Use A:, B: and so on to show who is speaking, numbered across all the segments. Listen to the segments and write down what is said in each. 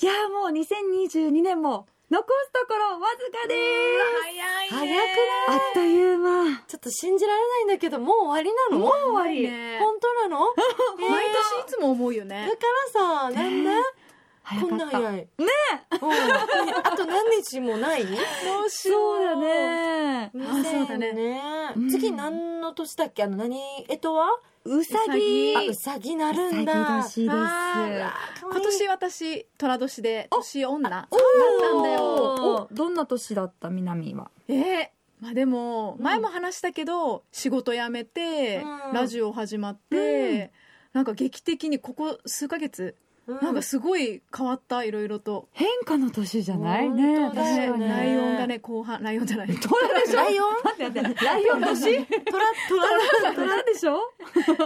A: いやーもう2022年も残すところわずかです
B: 早
C: 早
B: い
C: く
B: ね
C: ない
A: あっという間
C: ちょっと信じられないんだけどもう終わりなの
B: もう終わり
C: 本当なの
B: 毎
C: え
B: 年いつも思うよね
C: ーだからさなんだ
A: 早
C: こ
A: か
C: ん
A: っ
C: な
A: た
C: 早いねあと何日もない
B: どうし
A: そうだね
B: あそうだね
A: うん
C: 次何の年だっけあの何えとは
A: うさぎ
C: あうさぎなる
A: うさぎ
C: んだ
A: 年です
B: あ今年私虎年で年
A: お
B: 女なんだよ
A: おどんな年だった南は
B: えーまあでも
C: うん
B: 前も話したけど仕事辞めて
C: うん
B: ラジオ始まってなんか劇的にここ数ヶ月
C: うん
B: なんかすごい変わったいろいろと
A: 変化の年じゃないね
C: 本当だよね
B: ライオンがね後半ライオンじゃない
A: 虎でしょ
C: ライオン
A: 待って待ってライオン年
C: トラトラ
A: 虎でしょ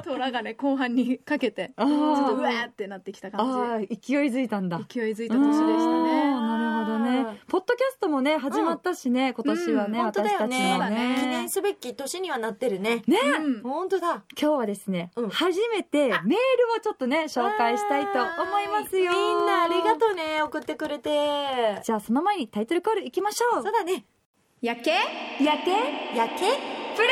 B: 虎がね後半にかけて
A: あ
B: ちょっとうわ
A: ー
B: ーってなってきた
A: あ
B: 感
A: ー勢いづいたんだ
B: じ勢いづいた年でした
A: あー
B: ね
A: なるほどねポッドキャストもね始まったしね、今年はね、
C: うん本当だ
A: 私
C: よ
A: たちの
B: そ
C: ね
B: うだ
C: 記
A: ね
C: 念すべき年にはなってるね
A: ね
B: うん
C: 本当だ
A: 今日はですね、
C: うん
A: 初めてメールをちょっとね紹介したいと思いますよ
C: みんなありが
A: う
C: とうね送ってくれて
A: じゃあその前にタイトルコールいきましょ
C: そうだね
B: やけ
A: うやけ
C: やけ
A: プレ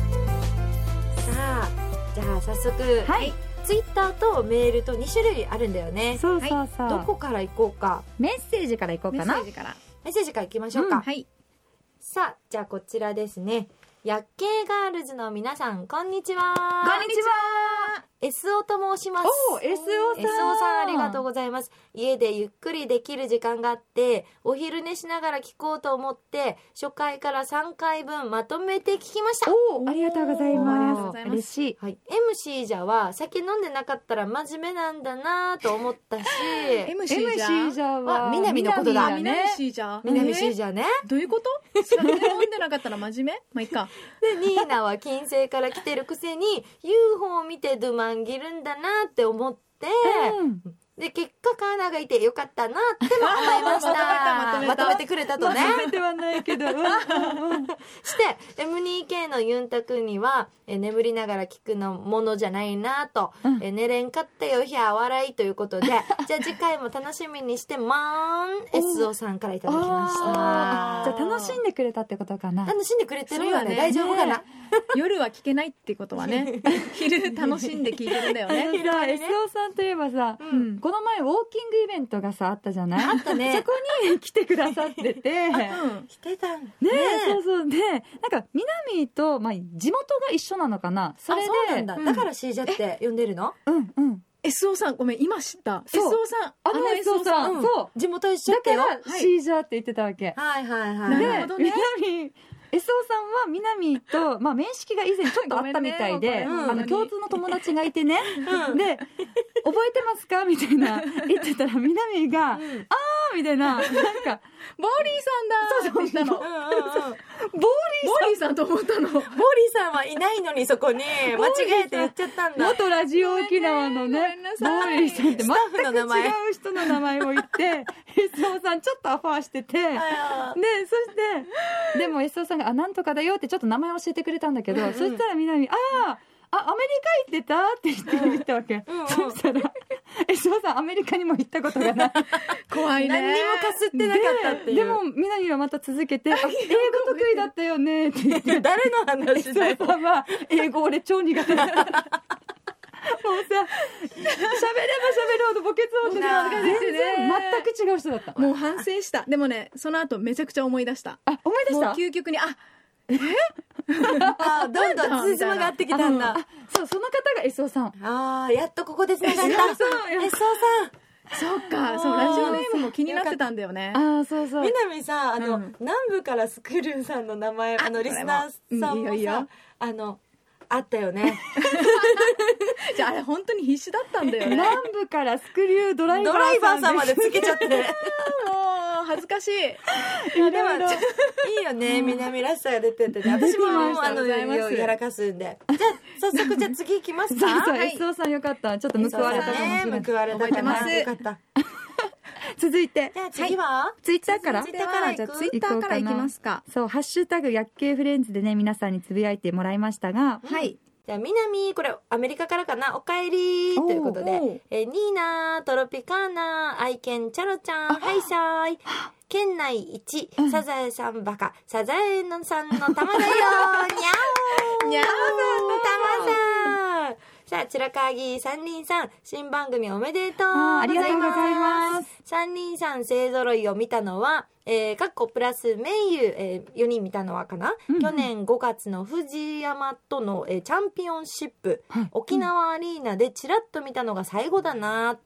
C: さあじゃあ早速
A: イはい、
C: ツイッターとメールと2種類あるんだよね
A: そうそうそう、
C: どこから行こうか
A: メッセージからいこう
B: メ
A: か
B: ッセ
A: な
B: ージから
C: メッセージから行きましょうか、
A: うん
B: はい
C: さあじゃあこちらですね薬系ガールズの皆さんこんにちは
A: こんにちは
C: SO と申します
A: おお SO さん
C: SO さんありがとうございます家でゆっくりできる時間があってお昼寝しながら聞こうと思って初回から3回分まとめて聞きました
A: おありがとうござい
B: おーありがとう
A: ます
B: ございます
A: 嬉しい
C: はい、MC じゃは酒飲んでなかったら真面目なんだなと思ったし
B: MC じゃ
A: MC じゃは
C: あ南のことだ
A: 南
B: 南
A: ね
B: C じゃ
C: 南
B: え
C: C
B: ー
C: じゃね
B: どういうこと酒飲んでなかったら真面目まあいっか
C: でニーナは金星から来てるくせに UFO を見てドゥマンギるんだなって思って、
A: うん
C: で結果カーナがいてよかったなっても思いまし
B: まと
C: た
B: めたまとめた
C: まとめてくれたとね
A: めてはないけど、うん
C: して M2K のユンタくんにはえ眠りながら聞くのものじゃないなと、
A: うん
C: え寝れんかったよひゃ笑いという ことでじゃあ次回も楽しみにしてまーん SO さんからいただきま
A: あー
C: し
A: じゃあ楽しんでくれたってことかな
C: た楽しんでくれてるよ
B: そうだ
C: ね
B: ね
C: 大丈夫かな、
B: ね夜は聞けないってことは ね昼楽しんで聞いてるんだよ
A: さ
B: ね
A: あ SO さんといえばさ、
C: うん
A: この前ウォーキングイベントがさあったじゃない
C: あった
A: そ
C: ね
A: こに来てくださって てね
B: うん
C: 来てたんね
A: そうそうねなんか南と、まあ、地元が一緒なのかなそ
C: あ
A: れで
C: そうなんだ、
B: うん
C: だから C じゃって呼んでるの
A: うんうん
B: SO さんごめん今知った
A: そ
B: SO
A: う
B: さん
A: あの SO さん、
C: うん
A: そ
C: 地元
A: う
C: 一緒
A: だ
C: って
A: か
C: よ
A: ら
B: はい
A: シージャーって言ってたわけ、
C: はいはいはい
B: な
A: で
B: るほどね
A: 南 SO さんは南と、まあ、面識が以前ちょっとあったみたいで、
B: ごめんね
C: 本当
A: あ
C: に
A: の共通の友達がいてね、
C: うん
A: で「覚えてますか?」みたいな言ってたら南が「あー」みたいななんか
B: ボーリーさんだーって言ったの
C: う
B: ボ
C: ん うんう
A: ボー
C: ん
A: リー
B: ーリーさんと思った の
C: ボーリーさんはいないのにそこに間違えて言っちゃったんだ
A: 元ラジオ沖縄の
B: ごめ
A: ね
B: んな
A: ボ
B: さい
A: ーリーさんって全
C: スタッフの名
A: く
C: 前
A: 違 う人の名前を言って SO さんちょっとアファーしててで
C: あー
A: そしてでも SO さんが「あなんとかだよ」ってちょっと名前教えてくれたんだけど、
C: うんうん
A: そしたらみなみ「あああアメリカ行ってた?」って言って言ったわけ、
C: うんうん
A: そしたら SO さんアメリカにも行ったことがない
B: 怖いね
C: 何にもかすってなかったっていう
A: でもみなみはまた続け て「あ英語得意だったよね」って言って
C: いや誰の話だよ
A: SO さんは英語俺超苦手だもうさ喋れば喋るほどボケそうってね
C: なあ
A: 全然全く違う人だった
B: もう反省したでもねその後めちゃくちゃ思い出した
A: あ思い出
B: もう
A: した
B: 究極にあ
C: あーどんどん辻褄が合ってきたんだ
A: あそうその方が SO さん
C: あーやっとここでつながった
A: そうそうやっ
C: SO さん
B: そっかそうラジオネームも気になってたんだよね
A: ああそうそう
C: みなみさんあの、
B: うん
C: 南部からスクールさんの名前あの
B: これ
C: リ
B: も
C: スナーさ
B: う
C: んもさ、
B: んいいよいいよ
C: あのあったよね
B: じゃああれ本当に必死だったんだよねも
A: 南部からスクリュードライバ
C: ドライバ
A: ー
C: ーさ
A: さ
C: ん
A: ん
C: までつけちゃってでも
B: う恥ずかしい
A: いろいろ
C: ちょいいよね南らしさが出てて、ね、私
A: 出て
C: もあ
A: ました
C: の
B: ございます
C: やらかすんでじゃあ早速じゃあ次行きま す
A: そう
C: か
A: そう
C: はい
A: SO さんよかったちょっと報われたかもしれな
C: ね
A: い
C: 報われたか
B: 覚えてま
C: な
B: す
C: よかった
A: 続いて
C: じゃあ次は、
A: ツイッターから
C: ツイッターから行く
B: はじゃあツイッターからいきますか
A: そう「ハッシュタグ薬系フレンズ」でね皆さんにつぶやいてもらいましたが
B: はい
C: じゃあ南これアメリカからかなおかえり
A: おー
C: ということ
B: おー
C: で、えーニーナトロピカーナ愛犬チャロちゃんハイサイ県内一
A: うん
C: サザエさんバカサザエのさんの 玉だよにゃお
B: にゃお
C: 玉さんさあ白鍵三輪さん新番組おめでとう
A: あーあり
C: ご
A: が
C: ざ
A: と
C: いう
A: ござい
C: ます
A: ます
C: 三人さん勢ぞろいを見たのは、えー、かっこプラスメイユ、えー、4人見たのはかな、
A: うんうん
C: 去年5月の藤山との、えー、チャンピオンシップ、
A: はい
C: 沖縄アリーナでちらっと見たのが最後だな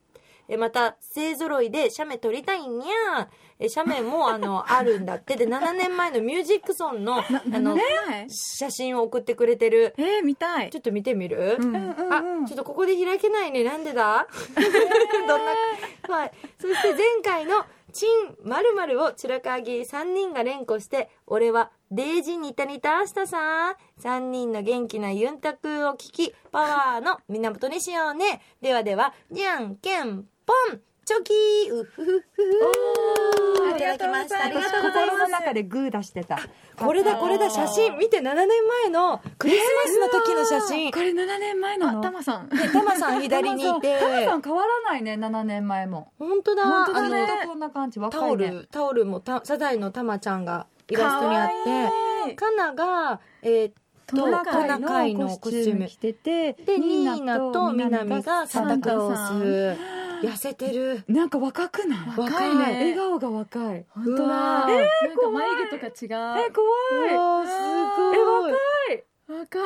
C: えーまた勢ぞろいで写メ撮りたいんにゃえー写メもあ のあるんだってで7年前のミュージックソンのあの
B: はい
C: 写真を送ってくれてる
B: えー見たい
C: ちょっと見てみる、
B: うん
C: あ、ちょっとここで開けないね。なんでだどんな、 はい。そして前回の、チン〇〇をチラカギ3人が連呼して、俺はデイジニタニタアシタさん。3人の元気なユンタクを聞き、パワーの源にしようね。ではでは、じゃんけんぽん、チョキー、うふふふ。
B: ーありがとうございます
C: ただきましたありがとうござい
A: 心
C: ま
A: の
C: す。
A: 中でグー出してた
C: これだこれだ写真見て7年前のクリスマスの時の写真、
A: これ7年前な
B: あ
A: の
B: タマさん
C: ねタマさん左にいて
A: タマさん変わらないね7年前も
C: 本当だ
A: 本当だね
C: あの
A: こんな感じ
C: タ
A: 若
C: オ
A: い
C: ル、
A: ね
C: タオルもたサザエのタマちゃんがイラストにあって
B: い
C: カナが、えー
B: トナカイ
C: トナカイのコスチューム
A: 着てて
C: でニーナとミナミがサ
B: サ
C: ン
B: ン
C: タ
B: タク
C: クロ
B: ロ
C: ー
B: ー
C: ス痩せてる
A: なんか若くない
B: 若い
C: 若
A: 笑
B: ね
A: 顔が若い
B: 本当
C: うわ
B: だ
C: ー
B: えなんか
A: 怖い
B: 眉毛と
A: え
B: か違う
A: 怖いう
C: わーすごい
B: 若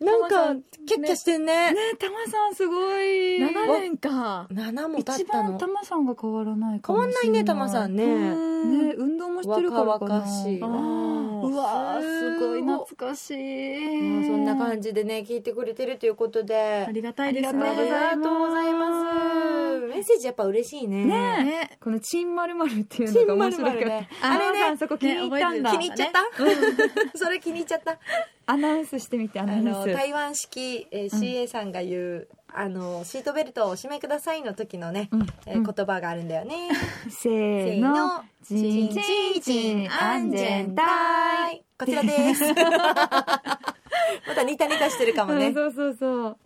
C: な
B: タ
C: ん
B: マさ
C: か
B: ん
C: キャッキャしてんね
A: ねタマさんすごい
B: い7年か
C: 7も経
A: 一
C: った
A: 番
C: の
A: タマさんが変わらないか
C: 変
A: も
C: わ
A: しれ
C: ん
A: ない
C: ないねタマさんね
A: ね運動もしてるからかな
C: 若々しいわ
A: あーうわーすごい懐かし
C: まあ
A: い
C: そんな感じでね聞いてくれてるということで
B: ありがたいです
A: あり
B: ね
A: がとうございます
C: ありがとうございますメッセージやっぱ嬉し いね
A: ねえ
B: ね
A: このチンまるまるってい
C: チ
A: う
C: ン
A: のが面
C: マル
A: 白
C: マ
A: いか
C: ル
A: ら
C: ね
A: あ
C: あ
A: れ
C: れ
A: ね
C: ね
A: そこ気に入ったんだ
C: 気
B: ね
C: に入っちゃったそれ気に入っちゃった
A: アナウンスしてみてア
C: あ
A: ナウン
C: の
A: ス
C: 台湾式、えー CA さんが言う、あのシートベルトをお締めくださいの時のね、
A: うん
C: えー言葉があるんだよね。
A: せ
C: せ
A: ー
C: ー
A: の
C: の、
A: チンチンチン安全帯
C: い。こちらです。またニタニタしてるかも
A: う
C: ね
A: ん。そうそうそう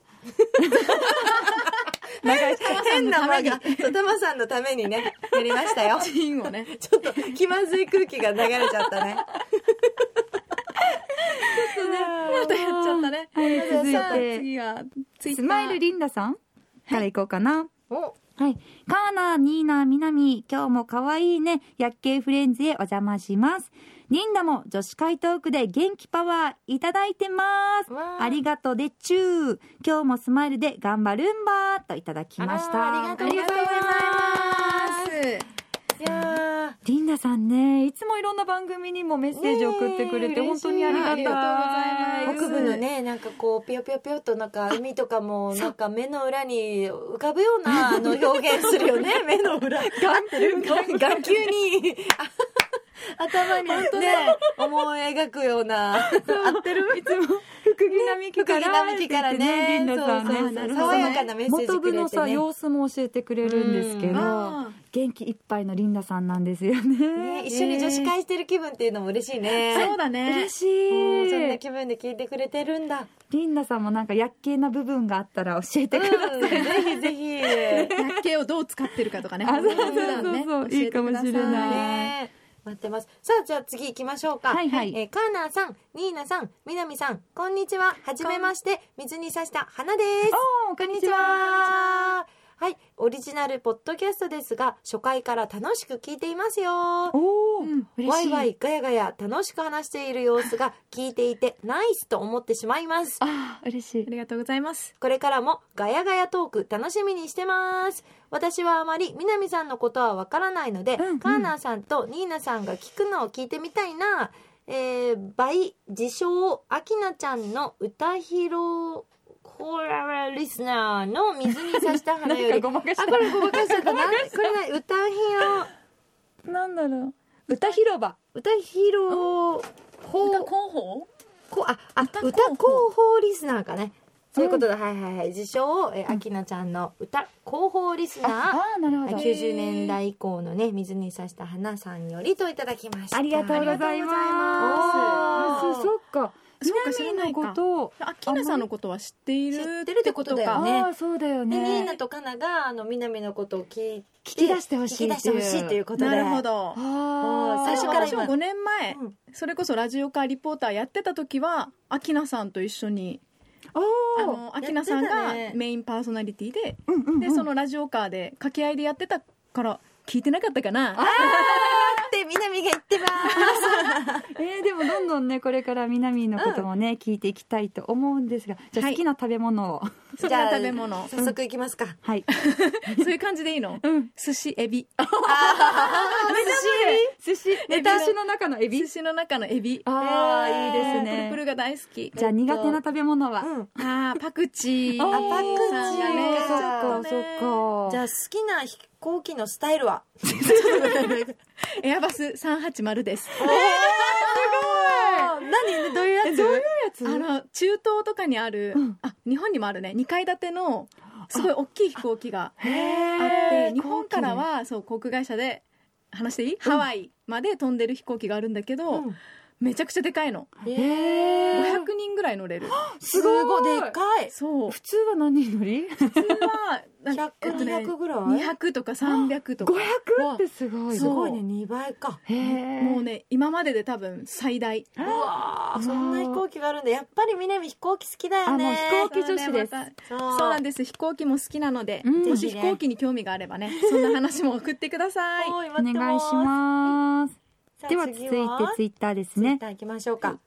C: 変な間が、そうタマさんのためにね、やりましたよ。
B: チンをね
C: ちょっと気まずい空気が流れちゃったね。
B: またやっちゃったね
A: はい続い
B: さあ
A: て
B: 次はツイッタ
A: ス
B: ー
A: マイルリンダさんからいこうかな
C: お、
A: はい。カーナー、ニーナー、ミナミ、今日も可愛いね。薬系フレンズへお邪魔します。リンダも女子会トークで元気パワーいただいてます。
C: わー
A: ありがとうでちゅー。今日もスマイルで頑張るんばーといただきまし
C: あら
A: た
C: あ。りがとうございます
B: す
C: いやー
A: リンダさんね、いつもいろんな番組にもメッセージ送ってくれて、
C: ねえ
A: 本当にありがたい。
B: 嬉しいありがとうございます
C: 北部のねなんかこうピヨピヨピヨっとなんか海とかもなんか目の裏に浮かぶような あの表現するよね目の裏眼球眼球にあ 頭にね思い描くような合ってる いつも
A: 福木並木から。
C: 福木並木からね
A: って言ってリンダさんね。
B: そうそうそう
A: そう
C: 爽やかなメッセージ
A: 元
C: く
A: 部
C: れ
A: の
C: て
A: さ
C: ね
A: 様子も教えてくれるんですけ
C: うん
A: ど
B: あ
A: 元気いっぱいのリンダさんなんですよね
C: ね一緒に女子会してる気分っていうのも嬉しいね
B: そうだね
A: 嬉し
C: もうそんない気分で聞いてくれてる んだ
A: リンダさんもなんか薬系な部分があったら教えて
C: う
A: ください、
C: んぜひぜひ
B: 薬系をどう使ってるかとかね
A: あそう
C: そうそう
A: そう
B: ね教
A: いいかもしれない
B: えてくださ
C: ね待ってます。さあ、じゃあ次行きましょうか。
A: はいはい
C: えーカーナーさん、ニーナさん、みなみさん、こんにちは。はじめまして、水に刺した花です。
A: おーこんに
C: こんに
A: ち
C: ち
A: は
C: は。はい、オリジナルポッドキャストですが、初回から楽しく聞いていますよ。
A: おお、
B: うん
A: 嬉
C: ワ
A: し
C: イ
A: い
C: ワイガヤガヤ楽しく話している様子が聞いていてナイスと思ってしまいます。
A: あー嬉しい
B: ありがとうございます
C: これからもガヤガヤトーク楽しみにしてます。私はあまり南さんのことはわからないので、
A: うんうん
C: カーナーさんとニーナさんが聞くのを聞いてみたいな。えー、倍自称アキナちゃんの歌広コーラルリスナーの水に刺した花よ
A: なん
C: り。
A: かごまかし
C: あ、これごまかしちゃったな。これね、歌広、
A: たなんだろう歌広場
C: 歌広、ほう
B: 候補
C: こあ、あ、歌
B: 歌候補
C: 広報リスナーかね。ということで、はいはいはい。自称、えー、秋菜ちゃんの歌、広報リスナー。
A: ああ、なるほ
C: はい
A: ど。
C: 90年代以降のね、水に刺した花さんよりといただきました。
A: ありがとうございます。
C: ありがとうございます
A: そうそっか。
B: そっか
A: みなみのこ
B: 知
A: とを。
B: アキナさんのことは知ってい
C: 知
B: る
C: ってるってことだよ
B: か
C: ね
A: ああ、そうだよ
C: で、ニ
A: ね。
C: ーナとカナが、あの、みなみのことを聞い
A: 聞き出してほしい
C: 聞き出してほしいということで。
B: なるほど
A: ああ、
C: 最
B: 最初
C: 初か
B: からら
C: 今
B: 5年前、
C: うん
B: それこそラジオカーリポーターやってた時はアキナさんと一緒に
A: あ
B: あ
A: あ、
B: のアキナさん
C: やっ
B: が
C: てたね
B: メインパーソナリティで、
A: うんうんうん。
B: でそのラジオカーで掛け合いでやってたから聞いてなかったかな
C: って、みなみが言って ます。
A: えー、でもどんどんねこれから南のこともね、聞いていきたいと思うんですがじゃあ
B: はい
A: 好きな食べ物を
B: そんな食べ物
C: 早速いきますか。
A: はい、
B: そういう感じでいいの
A: うん、
B: 寿司エビ
A: 寿司寿司ネタ足の中のエビ
B: 寿司の中のエビ
A: ああいいです
B: プルプ
A: ね
B: ルが大好き
A: じゃあ苦手な食べ物は、
C: うん。
B: あーパクチー
A: あ
C: パクチー
B: さんが
C: ね
A: そっか
B: ちょっとね
A: そっか
C: じゃあ好きな飛行機のスタイル はす
B: エアバス380です
C: ごい何どういうや
A: え
C: つ
A: どういうやつ
B: あの中東とかにある、
A: うん
B: あ日本にもあるね2階建てのすごい大きい飛行機が
A: へ
B: あって
A: ー
B: 日本からはそう航空会社で話していい、ハワイまで飛んでる飛行機があるんだけど、
C: うん
B: めちゃくちゃでかいの
A: へ
B: 500
A: え
B: 人ぐらい乗れる
C: すごいで
A: でか
C: かい
B: そう
A: 普通は何人乗り
B: 普通はなんかえっとね
C: 100200ぐらい
B: 200とか300とか
A: 500? ってすごい
C: す
B: そう
C: ごいね2倍か
A: へえ
B: もうね今までで多分最大
C: うわーそんな飛行機があるんだやっぱり南飛行機好きだよね
A: あもう飛行機女子です
B: そうね
C: そう
B: またそうなんです飛行機も好きなので、
A: うん
B: もし飛行機に興味があればねそんな話も送ってください
C: おい
A: お
C: 待って
A: 願いします
C: す
A: では続いてツイ
C: い
A: ッターです
C: て
A: ね
C: いただきましょうか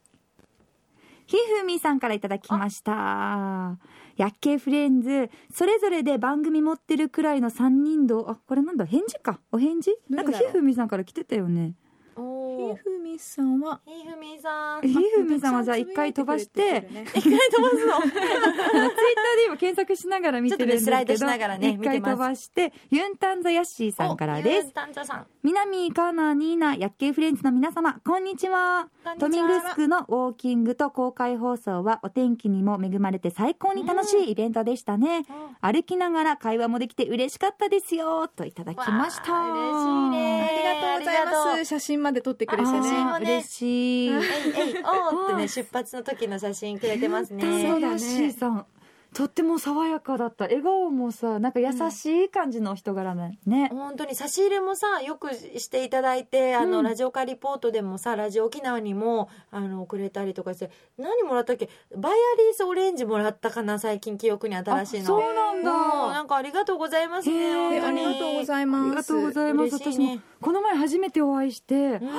A: ひふみさんからいただきました。やっけーフレンズ、それぞれで番組持ってるくらいの三人どあ、これなんだ、返事か。お返事
B: ど
A: な
B: れだ
A: ん
B: ろう
A: かひふみさんから来てたよね。
C: おー
B: ひふみさんは
C: ひふみ さん
A: ひふみさんはじゃあ一回飛ばして、ツイッ
C: 一回飛ばすの
A: ターで今検索しながら見てるんですけど、
C: ちょっとねスライドしながらね
A: 一回
C: 見てます
A: 飛ばして、ユンタンザヤッシーさんからで
C: ゆう
A: す。
C: たんちゃさん
A: 南カーナーニーナ、やっけーフレンズの皆様、こんにちは。
C: こんに
A: トミ
C: ちは
A: ングスクのウォーキングと公開放送はお天気にも恵まれて最高に楽しいイベントでしたね。歩きながら会話もできて嬉しかったですよといただきました
C: わあ嬉しいね
B: ありがとうござい
C: ありが
B: ま
C: と
B: す
C: う
B: 写真まで撮ってくれて
C: あ
B: ね
C: ー写真
A: あ
C: も
A: ー
C: ね
A: 嬉しい
C: えいえいおーって
A: う
C: ね
A: ん
C: 出発の時の写真くれてますね
A: そう
B: だ
A: だ
B: ね
A: しーさんとっても爽やかだった笑顔もさなんか優しい感じのお人柄ね、ね
C: 本当に差し入れもさよくしていただいてあの、
A: うん
C: ラジオカリポートでもさラジオ沖縄にもあのくれたりとかして何もらったっけバイアリースオレンジもらったかな最近記憶に新しい
A: あ
C: の
A: そうなんだ
C: もうなんかありがとうございます
A: へ
C: ね
A: ー
B: で
C: 本
B: あ
C: 当に
B: りがとうござい
A: あ
B: ます
A: りがとうございます、
C: 嬉し
A: 私
C: いね
A: もこの前初めてお会いして、とっ
C: うん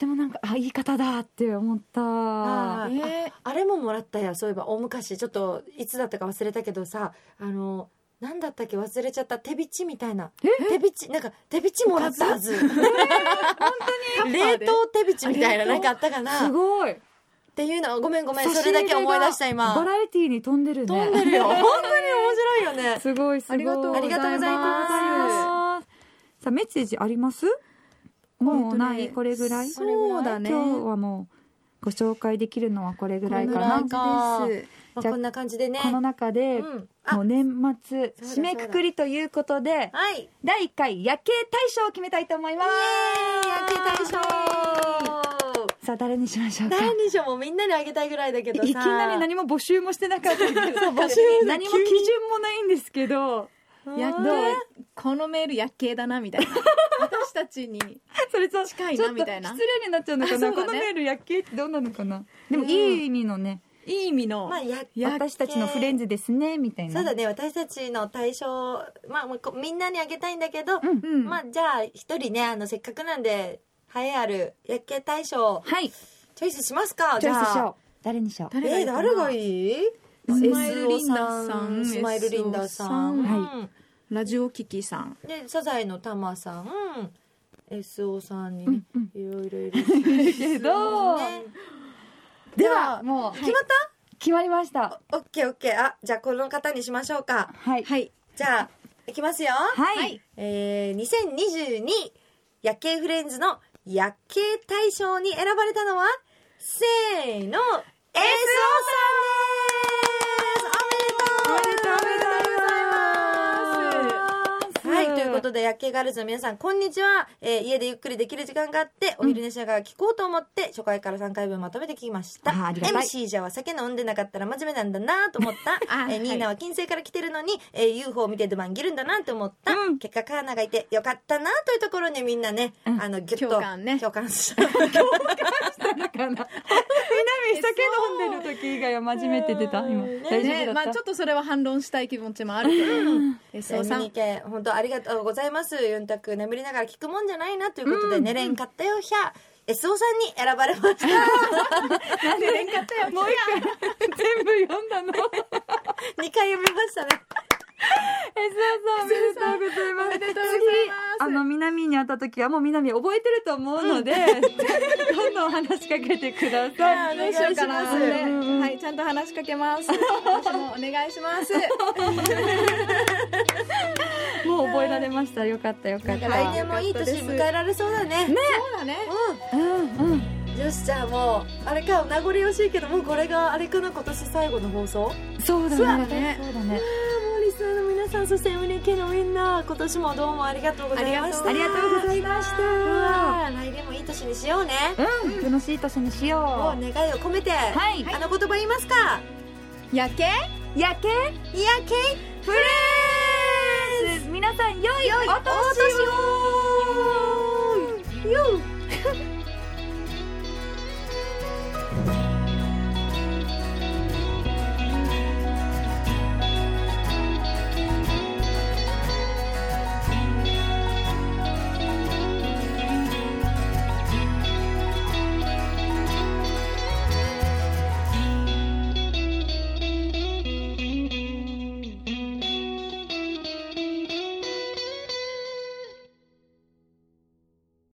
A: てもなんかあいい方だって思った
C: あ
B: えー
C: あれももらったよそういえば大昔ちょっといつだったか忘れたけどさあの何だったっけ忘れちゃった手びちみたいな手びちなんか手びちもらったはず冷凍手びちみたいな
B: あ冷凍
C: なんかあったかな
A: すごい
C: っていうのごめんごめん
A: 差し
C: そ
A: 入
C: れ
A: が
C: だけ思い出した今
A: バラエティーに飛んでるね
C: 飛んでるよ本当に面白いよね
A: すごいすごい
B: ありがとう
C: ありがとうございます
A: さあメッセージありますもうない、
B: えっとね
A: これぐらい
B: そうだね
A: 今日はもうご紹介できるのはこれぐらいか
C: こん
A: な
C: な
A: こ
C: 感じ
B: です
C: まあ
A: じゃあ
C: こんな感じでね
A: の中で、
C: うんあ
A: もう年末
C: だ
A: 締めくくりということで
C: はいイエ
A: 第1回夜景大賞を決めたいと思います
C: ーイ焼け大賞
A: さあ誰にしましょうか
C: 第二章もみんなにあげたいぐらいだけ
A: い
C: どさ
A: きなり何も募集もしてなかったです
C: 募集も
A: 何も基準もないんですけど
B: や
A: ど
B: っ
A: う
B: とこのメール夜景だなみたいな私たちに
A: それと
B: 近い
A: ち
B: な
A: ょっと
B: みたいな
A: 失礼になっちゃうのかな、
B: あそう
A: こ
B: だね
A: のメール夜景ってどうなのかなでもいい意味のね、
B: いい意味の、
C: まあや
B: 夜景
A: 私たちのフレンズですねみたいな
C: そうだね私たちの対象まあもうこみんなにあげたいんだけど、
A: うん
B: うん
C: まあじゃあ一人ねあのせっかくなんで栄えある夜景大賞
A: はい
C: チョイスしますか
A: チョイスし
C: じゃあ
A: よう誰にしよう
B: 誰がい
C: え
B: いかな
C: 誰がいい
B: スマイルリンダさん
C: スマイルリンダさん、
B: SO さ
A: ん
B: ラジオキキさん
C: うんでサザエのタマさん SO さんに
A: う
C: ね
A: んうん
C: いろいろいるし
A: けど
C: ね
A: ではもう決まった決まりました
C: オッケーオッケーあじゃあこの方にしましょうか
A: はい、
B: はいい
C: じゃあいきますよ
A: はい、
C: えー、2022夜景フレンズの夜景大賞に選ばれたのはせーの SO さんですおめでとうことで、夜景ガールズの皆さん、こんにちは。えー家でゆっくりできる時間があって、お昼寝しながら聞こうと思って、初回から3回分まとめて聞きました。
A: あーありがたい
C: MC じゃは酒飲んでなかったら真面目なんだなと思 った。
B: あー
C: えー、ニーナは金星から来てるのに、えー UFO を見てドバンギるんだなと思った。
A: うん
C: 結果、カーナがいてよかったなというところにみんなね、あの、ギュッと
B: 共感ね
C: 共感した。
A: だからな。み酒飲んでる時以外は真面目って出た今。
C: ね
A: 大丈夫
B: ね
A: だった、
B: まあちょっとそれは反論したい気持ちもあるけど、えそうさん
C: MNK 本当ありがとうございますユンタク眠りながら聞くもんじゃないなということで、寝れんかったよひゃ SO さんに選ばれました
B: なんで連勝ったよ
A: もう一回全部読んだの。
C: 二回読みましたね
A: え、そうそう、おめでとうございます。
B: おめでとうございます
A: 次、あの、南に会った時はもう南覚えてると思うので、どんどん話しかけてくだ
B: あ
A: さい。
B: どうしようかな
C: お願いします
A: うんうん
B: はいちゃんと話しかけます私もお願いします
A: もう覚えられました。よかったよかった。
C: 来年もいい年迎えられそうだね
B: そうだね
A: うんうん。
C: うんよしじゃあもうあれか名残惜しいけどもうこれがあれかな今年最後の放送
A: そうだね。
B: そうだね
A: そうだね。
C: もうリスナーの皆さんそして MNK のみんな今年もどうもありがとうございました
A: ありがとうございました。
C: うわ来年もいい年にしようね
A: うん、楽しい年にし
C: もう
A: よう。
C: 願いを込めて、
A: はい。
C: あの言葉言いますか
B: 夜景
A: 夜景
C: いやけい
A: フレンズ皆さん、良いお年を
C: よっ
A: 「